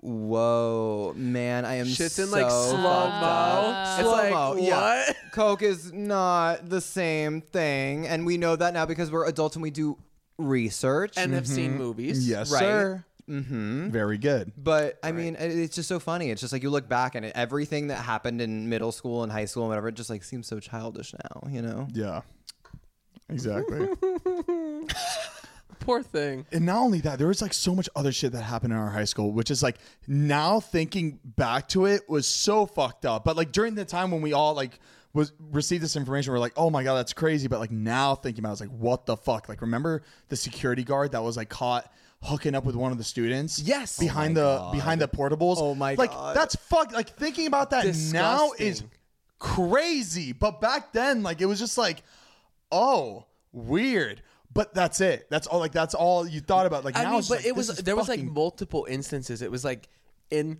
C: "Whoa, man, I am
A: shit's
C: so
A: in like slow
C: fucked
A: mo.
C: up."
A: It's like
C: Slow-mo,
A: what?
C: yeah. Coke is not the same thing, and we know that now because we're adults and we do research.
A: And have
C: Mm-hmm.
A: seen movies.
B: Yes,
C: Right.
B: sir. Mm-hmm. Very good.
C: but I mean, it- it's just so funny. It's just like you look back and everything that happened in middle school and high school and whatever, it just like seems so childish now. You know?
B: Yeah. Exactly.
A: Poor thing.
B: and not only that, there was like so much other shit that happened in our high school, which is like now thinking back to it was so fucked up. But like during the time when we all like was received this information, we're like, oh my god, that's crazy. But like now thinking about, it, it's like, what the fuck? Like remember the security guard that was like caught hooking up with one of the students?
A: Yes. Oh
B: behind the behind the portables.
C: Oh my
B: like,
C: God.
B: that's fuck. Like thinking about that now is
A: Disgusting.
B: crazy. But back then, like it was just like, oh, weird. But that's it. That's all. Like that's all you thought about. Like
A: I
B: now,
A: mean,
B: it's
A: but
B: like,
A: it
B: this
A: was
B: is
A: there was like
B: fucking-
A: multiple instances. It was like in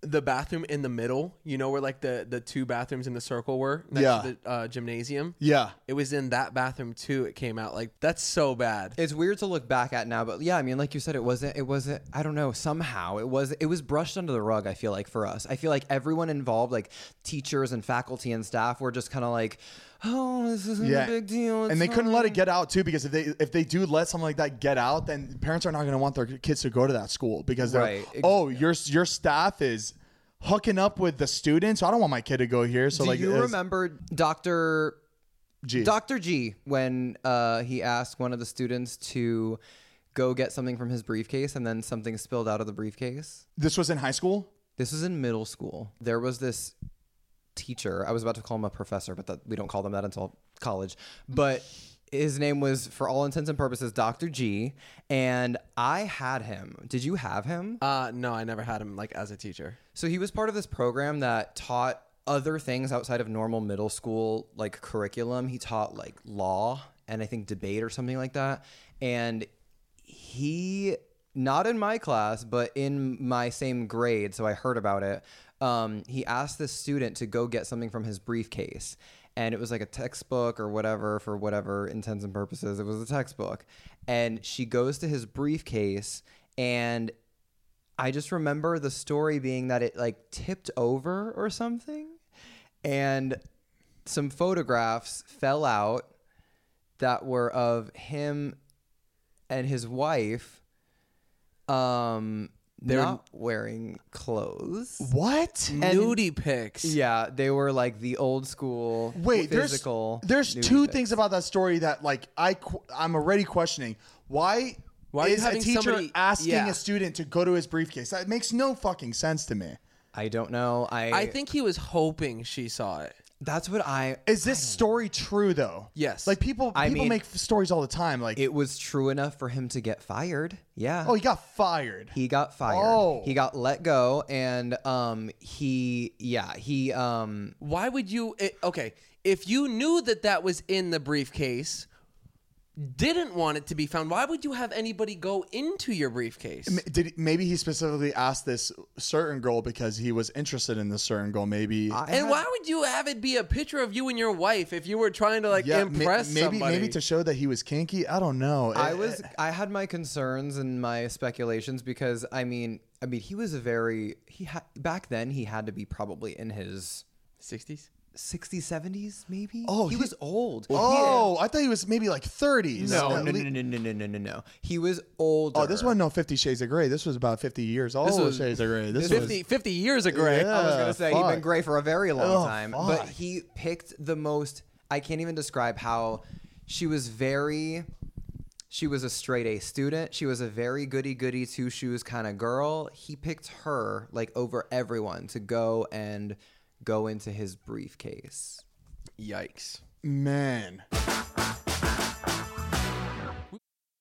A: the bathroom in the middle, you know, where like the the two bathrooms in the circle were next
B: Yeah.
A: to the uh, gymnasium.
B: yeah.
A: It was in that bathroom too. It came out like that's so bad.
C: It's weird to look back at now, but yeah, I mean, like you said, it wasn't. It wasn't. I don't know. Somehow, it was. It was brushed under the rug. I feel like for us, I feel like everyone involved, like teachers and faculty and staff, were just kind of like, "Oh, this isn't
B: Yeah,
C: a big deal." it's
B: and they
C: not
B: couldn't let it get out too because if they if they do let something like that get out, then parents are not going to want their kids to go to that school because they're
C: Right, ex-
B: oh your your staff is hooking up with the students. I don't want my kid to go here. So
C: Do
B: like
C: you
B: it's-
C: remember Doctor
B: Gee.
C: Doctor G when uh, he asked one of the students to go get something from his briefcase, and then something spilled out of the briefcase?
B: this was in high school.
C: This was in middle school. There was this teacher. I was about to call him a professor, but that, we don't call them that until college. But his name was, for all intents and purposes, Dr. G. And I had him. Did you have him?
A: Uh, no, I never had him like as a teacher.
C: So he was part of this program that taught other things outside of normal middle school like curriculum. He taught like law and I think debate or something like that. And he not in my class, but in my same grade, so I heard about it. Um, he asked this student to go get something from his briefcase. And it was like a textbook or whatever, for whatever intents and purposes. It was a textbook. And she goes to his briefcase, and I just remember the story being that it like tipped over or something and some photographs fell out that were of him and his wife um
A: were-
C: not wearing clothes.
B: What?
A: Nudie pics.
C: Yeah, they were like the old school
B: Wait,
C: physical.
B: there's there's
C: nudie
B: two
C: pics.
B: things about that story that like I qu- I'm already questioning why.
A: Why are you
B: is a
A: having
B: teacher
A: somebody-
B: asking
A: yeah.
B: a student to go to his briefcase? That makes no fucking sense to me.
C: I don't know. I
A: I think he was hoping she saw it.
C: that's what I
B: Is this story true though?
A: Yes.
B: Like people,
C: I
B: people
C: mean-
B: make f- stories all the time. Like,
C: it was true enough for him to get fired. Yeah.
B: oh, he got fired.
C: He got fired.
B: Oh.
C: He got let go and um he yeah, he um
A: Why would you? It, okay, if you knew that that was in the briefcase, didn't want it to be found, why would you have anybody go into your briefcase?
B: M- Did maybe he specifically asked this certain girl because he was interested in this certain girl? Maybe.
C: I
A: And
C: had-
A: why would you have it be a picture of you and your wife if you were trying to like
B: ma-
A: impress
B: maybe
A: somebody?
B: maybe to show that he was kinky. I don't know.
C: I
B: Eh,
C: was I had my concerns and my speculations because I mean I mean he was a very he ha- back then he had to be probably in his
A: 60s.
C: 60s 70s maybe
B: Oh,
C: he,
B: he-
C: was old
B: Oh, I thought he was maybe like 30s.
C: no no
B: At
C: no
B: lea-
C: no no no no no no he was old
B: Oh, this wasn't no Fifty Shades of Grey. This was about 50 years old.
A: was-
B: Shades of Grey. This
A: 50, 50 years ago.
C: I was
B: Yeah,
C: gonna say he'd
B: Uh, fuck.
C: been gray for a very long
B: Oh,
C: time,
B: fuck.
C: but he picked the most. I can't even describe how she was very. She was a straight A student. She was a very goody goody two shoes kind of girl. He picked her like over everyone to go and go into his briefcase.
A: Yikes.
B: was man.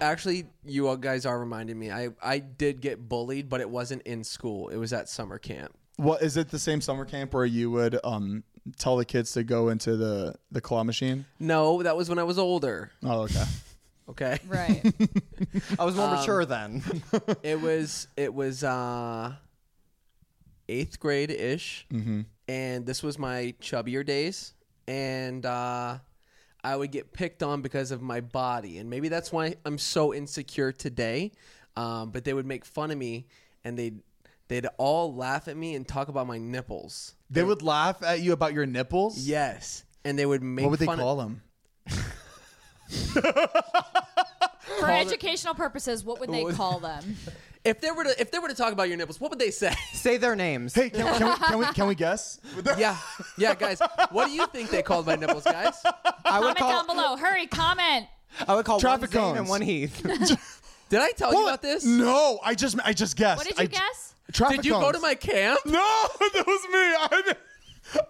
A: Actually, you all guys are reminding me. I, I did get bullied, but it wasn't in school. It was at summer camp.
B: What is it? The same summer camp where you would um tell the kids to go into the the claw machine?
A: No, that was when I was older.
B: Oh, okay.
A: Okay.
D: Right.
C: I was more mature then.
A: it was it was uh eighth grade
B: Mm-hmm.
A: ish, and this was my chubbier days, and uh, I would get picked on because of my body. And maybe that's why I'm so insecure today. Um, but they would make fun of me and they'd, they'd all laugh at me and talk about my nipples.
B: They would laugh at you about your nipples.
A: Yes. And they would make
B: What would they
A: fun of-
B: call them?
D: For educational purposes, what would they call them?
A: If they were to if they were to talk about your nipples, what would they say?
C: Say their names.
B: Hey, can, can, we, can we can we guess?
A: yeah, yeah, guys. What do you think they called my nipples, guys?
C: I would
D: Comment
C: call.
D: down below. Hurry, comment.
C: I would call
B: Traffic
C: one Zane
B: cones.
C: and one Heath.
A: Did I tell you about this?
B: No, I just I just guessed.
D: What did
B: I
D: you
B: j-
D: guess?
B: Traffic
A: Did you go
B: cones.
A: to my camp?
B: No, that was me. I,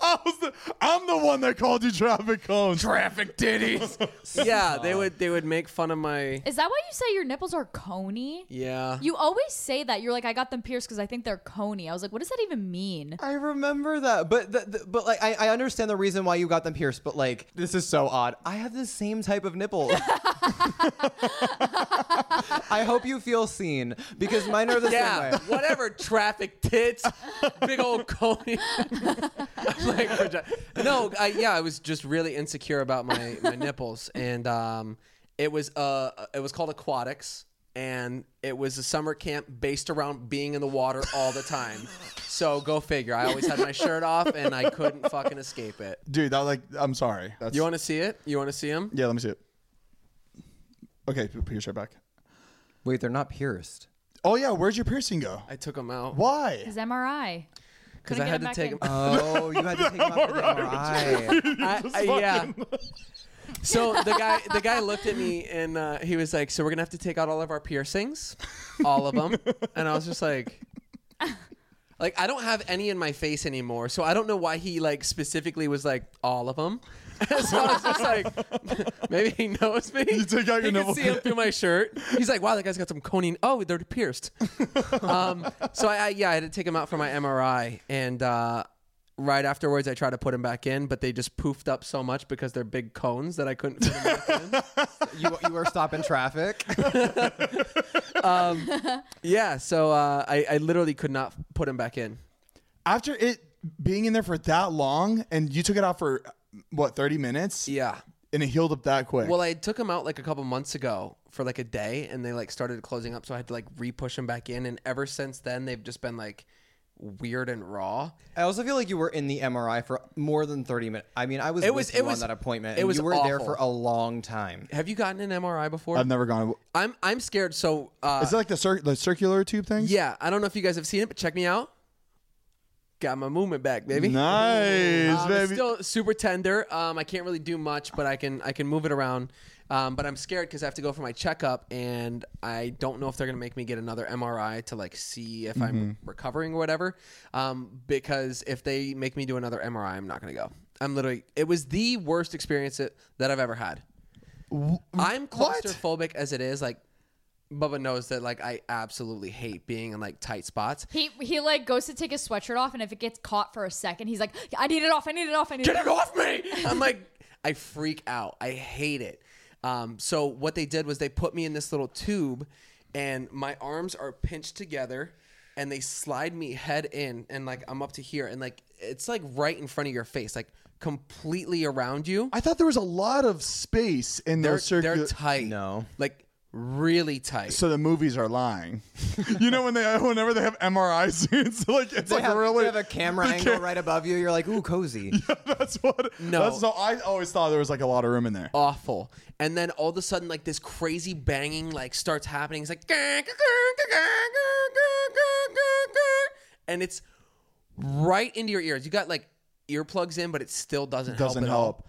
B: I was the, I'm the one that called you traffic cones. Traffic titties.
A: Yeah, they would they would make fun of my
D: Is that why you say your nipples are coney?
A: yeah.
D: You always say that. You're like, I got them pierced because I think they're coney. I was like, what does that even mean?
C: I remember that, but the, the, but like I, I understand the reason why you got them pierced, but like this is so odd. I have the same type of nipple. I hope you feel seen because mine are the
A: yeah,
C: same way.
A: whatever. Traffic tits, big old coney. I'm like, proje- no, I, yeah, I was just really insecure about my my nipples, and um, it was uh, it was called aquatics, and it was a summer camp based around being in the water all the time. So go figure. I always had my shirt off, and I couldn't fucking escape it.
B: Dude, that like I'm sorry. That's,
A: You want to see it? You want to see him?
B: yeah, let me see it. Okay, p- put your shirt back.
C: Wait, they're not pierced.
B: Oh yeah, where'd your piercing go?
A: I took him out
B: Why?
D: His MRI.
A: because
D: Couldn't
A: I
D: get
A: had to
D: him
A: take him.
D: back in.
C: Oh, you had to take them out for the MRI.
A: I- I- yeah. So the guy, the guy looked at me and uh, he was like, "So we're gonna have to take out all of our piercings, all of them." and I was just like, "Like I don't have any in my face anymore, so I don't know why he like specifically was like all of them." so I was just like, "Maybe he knows me." You
B: take out your
A: he
B: nipple.
A: can see him through my shirt. He's like, "Wow, that guy's got some coney." Oh, they're pierced. um, so I, I yeah, I had to take him out for my MRI, and uh, right afterwards, I tried to put him back in, but they just poofed up so much because they're big cones that I couldn't. Fit 'em back in.
C: You you were stopping traffic.
A: Yeah, so uh, I, I literally could not put him back in.
B: After it being in there for that long, and you took it out for what 30 minutes?
A: Yeah.
B: and it healed up that quick.
A: Well, I took him out like a couple months ago for like a day, and they like started closing up, so I had to like re-push him back in. And ever since then, they've just been like weird and raw.
C: I also feel like you were in the MRI for more than thirty minutes. I mean, I was
A: It
C: it
A: was-
C: was
A: it
C: on
A: was-
C: that appointment.
A: it
C: and
A: was
C: you were there
A: awful.
C: for a long time.
A: Have you gotten an MRI before?
B: I've never gone.
A: I'm I'm scared. So uh,
B: Is it like the cir- the circular tube thing?
A: yeah, I don't know if you guys have seen it, but check me out. Got my movement back, baby.
B: Nice,
A: Um, it's
B: baby.
A: still super tender. Um, I can't really do much, but I can I can move it around. Um, but I'm scared because I have to go for my checkup, and I don't know if they're gonna make me get another MRI to like see if I'm
B: Mm-hmm.
A: recovering or whatever. Um, because if they make me do another MRI, I'm not gonna go. I'm literally. It was the worst experience that, that I've ever had. I'm
B: what?
A: claustrophobic as it is. Like, Bubba knows that. Like, I absolutely hate being in like tight spots.
D: He he like goes to take his sweatshirt off, and if it gets caught for a second, he's like, I need it off. I need it off. I need it.
A: get
D: off.
A: it off me. I'm like, I freak out. I hate it. Um, so what they did was they put me in this little tube, and my arms are pinched together, and they slide me head in, and like I'm up to here, and like it's like right in front of your face, like completely around you.
B: I thought there was a lot of space in
A: They're
B: those circular.
A: they're tight.
C: No.
A: like really tight.
B: so the movies are lying. you know when they whenever they have MRI scenes, like it's
C: They
B: like
C: have,
B: really
C: they have a camera angle right above you. You're like, ooh, cozy.
B: That's what.
A: No. Oh,
B: That's, so I always thought there was like a lot of room in there.
A: awful. And then all of a sudden, like this crazy banging like starts happening. It's like and it's right into your ears. You got like earplugs in, but it still doesn't
B: Doesn't
A: help at all.
B: help.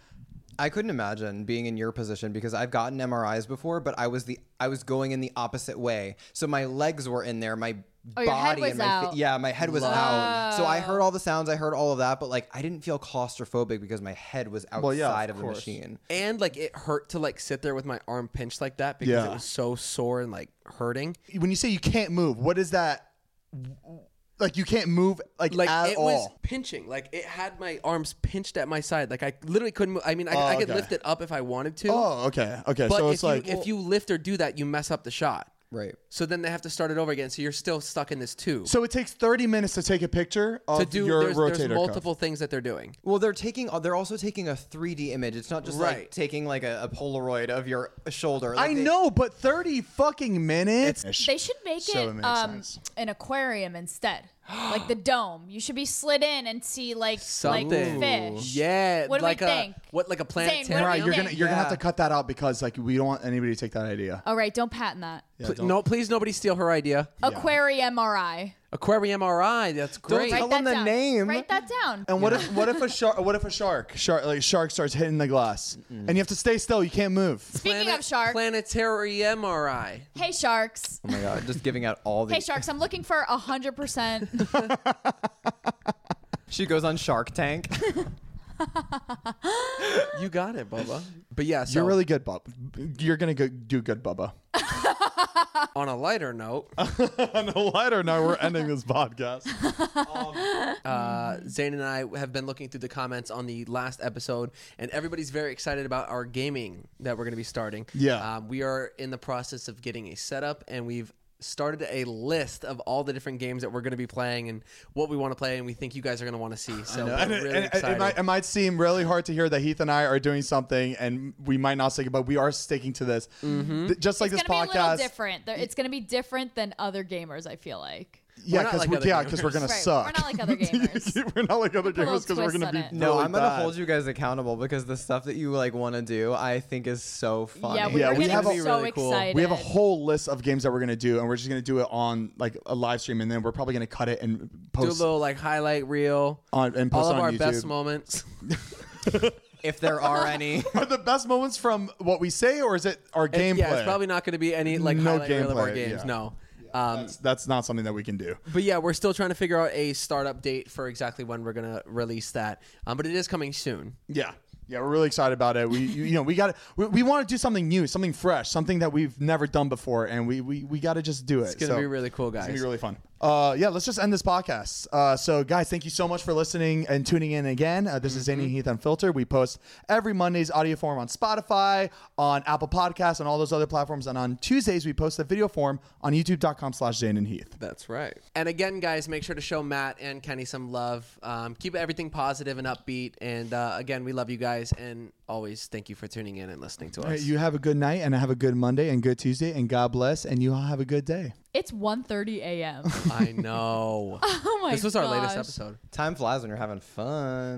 C: I couldn't imagine being in your position because I've gotten MRIs before, but I was the I was going in the opposite way. So my legs were in there, my
D: Oh,
C: body
D: your head was
C: and my
D: out.
C: Fi- yeah, my head was out. So I heard all the sounds, I heard all of that, but like I didn't feel claustrophobic because my head was outside
B: yeah,
C: of,
B: of
C: the
B: course.
C: machine.
A: And like it hurt to like sit there with my arm pinched like that because it
B: Yeah.
A: was so sore and like hurting.
B: When you say you can't move, what is that? Like you can't move like,
A: Like
B: at
A: it
B: all.
A: was pinching. Like it had my arms pinched at my side. Like I literally couldn't. Move. I mean, I, I could
B: Oh, okay.
A: lift it up if I wanted to,
B: oh, okay, okay.
A: but
B: so
A: if
B: it's
A: you
B: like
A: if you lift or do that, you mess up the shot.
C: Right.
A: So then they have to start it over again. So you're still stuck in this tube.
B: So it takes 30 minutes to take a picture of
A: to do
B: your
A: there's,
B: rotator
A: there's
B: cuff.
A: multiple things that they're doing.
C: Well, they're taking. uh, They're also taking a 3D image. It's not just
A: Right.
C: like taking like a, a Polaroid of your shoulder. Like
B: I
C: they-
B: know, but 30 fucking minutes.
D: They should make
B: So it
D: it
B: makes
D: um,
B: sense.
D: an aquarium instead, like the dome. You should be slid in and see like
A: Something.
D: like fish.
A: Yeah,
D: What do we
A: like a
D: think?
A: what like a
D: Zane,
A: planetarium.
D: what do we
B: Right, you're
D: think?
B: gonna you're gonna have
C: Yeah.
B: to cut that out because like we don't want anybody to take that idea.
D: All right, don't patent that.
A: Pl- no, please nobody steal her idea.
D: Aquarium MRI.
A: Aquarium MRI, that's great.
C: Tell
D: Write
C: them
D: that
C: the
D: down.
C: name.
D: Write that down.
B: And what if what if a shark what if a shark shark like shark starts hitting the glass and you have to stay still you can't move.
D: Speaking
A: Planet-
D: of sharks,
A: Planetarium MRI.
D: hey sharks.
C: Oh my god! Just giving out all the.
D: Hey sharks, I'm looking for a hundred percent.
C: She goes on Shark Tank.
A: You got it, Bubba. But yeah, so
B: You're really good, Bubba. You're gonna go, do good, Bubba.
A: on a lighter note,
B: On a lighter note, we're ending this podcast.
A: uh, Zane and I have been looking through the comments on the last episode, and everybody's very excited about our gaming that we're going to be starting.
B: Yeah.
A: Um, we are in the process of getting a setup, and we've started a list of all the different games that we're going to be playing and what we want to play, and we think you guys are going to want to see. So we're
B: And it,
A: really
B: and it-
A: excited.
B: it might, it might seem really hard to hear that Heath and I are doing something and we might not stick, but we are sticking to this.
A: Mm-hmm.
B: Th- Just like
D: it's
B: this
D: gonna be a little
B: podcast,
D: different. There- It's gonna be different than other gamers. I feel like.
B: yeah,
A: We're not
B: because
A: like
B: we,
A: other
B: yeah,
A: gamers.
B: 'cause we're gonna
D: Right,
B: suck.
D: we're not like other gamers.
B: we're not like other
D: Put
B: gamers
D: a little
B: because we're
D: twist
B: gonna
D: on
B: be
D: it.
C: No,
B: really
C: I'm gonna
B: bad.
C: hold you guys accountable because the stuff that you like want to do, I think is so funny.
D: Yeah, we
B: Yeah,
D: were
B: we
D: getting
B: have a-
D: so
C: Really cool.
D: excited.
B: We have a whole list of games that we're gonna do, and we're just gonna do it on like a live stream, and then we're probably gonna cut it and
A: Do a
B: post
A: little like highlight reel.
B: on and post
A: all of
B: on
A: our
B: YouTube.
A: best moments.
C: if there are any.
B: Are the best moments from what we say, or is it our gameplay?
A: Yeah, it's probably not going to be any like
B: No
A: highlight reel of our
B: gameplay,
A: games.
B: yeah.
A: No. Um,
B: That's, that's not something that we can do.
A: But yeah, we're still trying to figure out a startup date for exactly when we're gonna release that. Um, but it is coming soon.
B: Yeah, yeah, we're really excited about it. We, you, you know, we got we, we want to do something new, something fresh, something that we've never done before, and we we, we got to just do it.
A: It's gonna be really cool,
B: It's
A: guys.
B: gonna be really fun. Uh, yeah, let's just end this podcast. Uh, so, guys, thank you so much for listening and tuning in again. Uh, this is Zane
A: Mm-hmm.
B: and Heath Unfiltered. We post every Monday's audio form on Spotify, on Apple Podcasts, and all those other platforms. And on Tuesdays, we post the video form on youtube.com slash Zane and Heath.
A: That's right. And again, guys, make sure to show Matt and Kenny some love. Um, keep everything positive and upbeat. And uh, again, we love you guys, and always thank you for tuning in and listening to us.
B: All right, you have a good night, and have a good Monday and good Tuesday, and God bless, and you all have a good day.
D: It's 1.30 a.m.
A: I know.
D: Oh my
A: this was our latest
D: gosh.
A: episode.
C: Time flies when you're having fun.